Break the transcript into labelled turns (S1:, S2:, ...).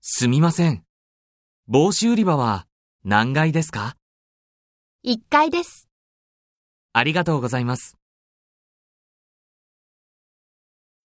S1: すみません。帽子売り場は何階ですか
S2: 1階です。
S1: ありがとうございます。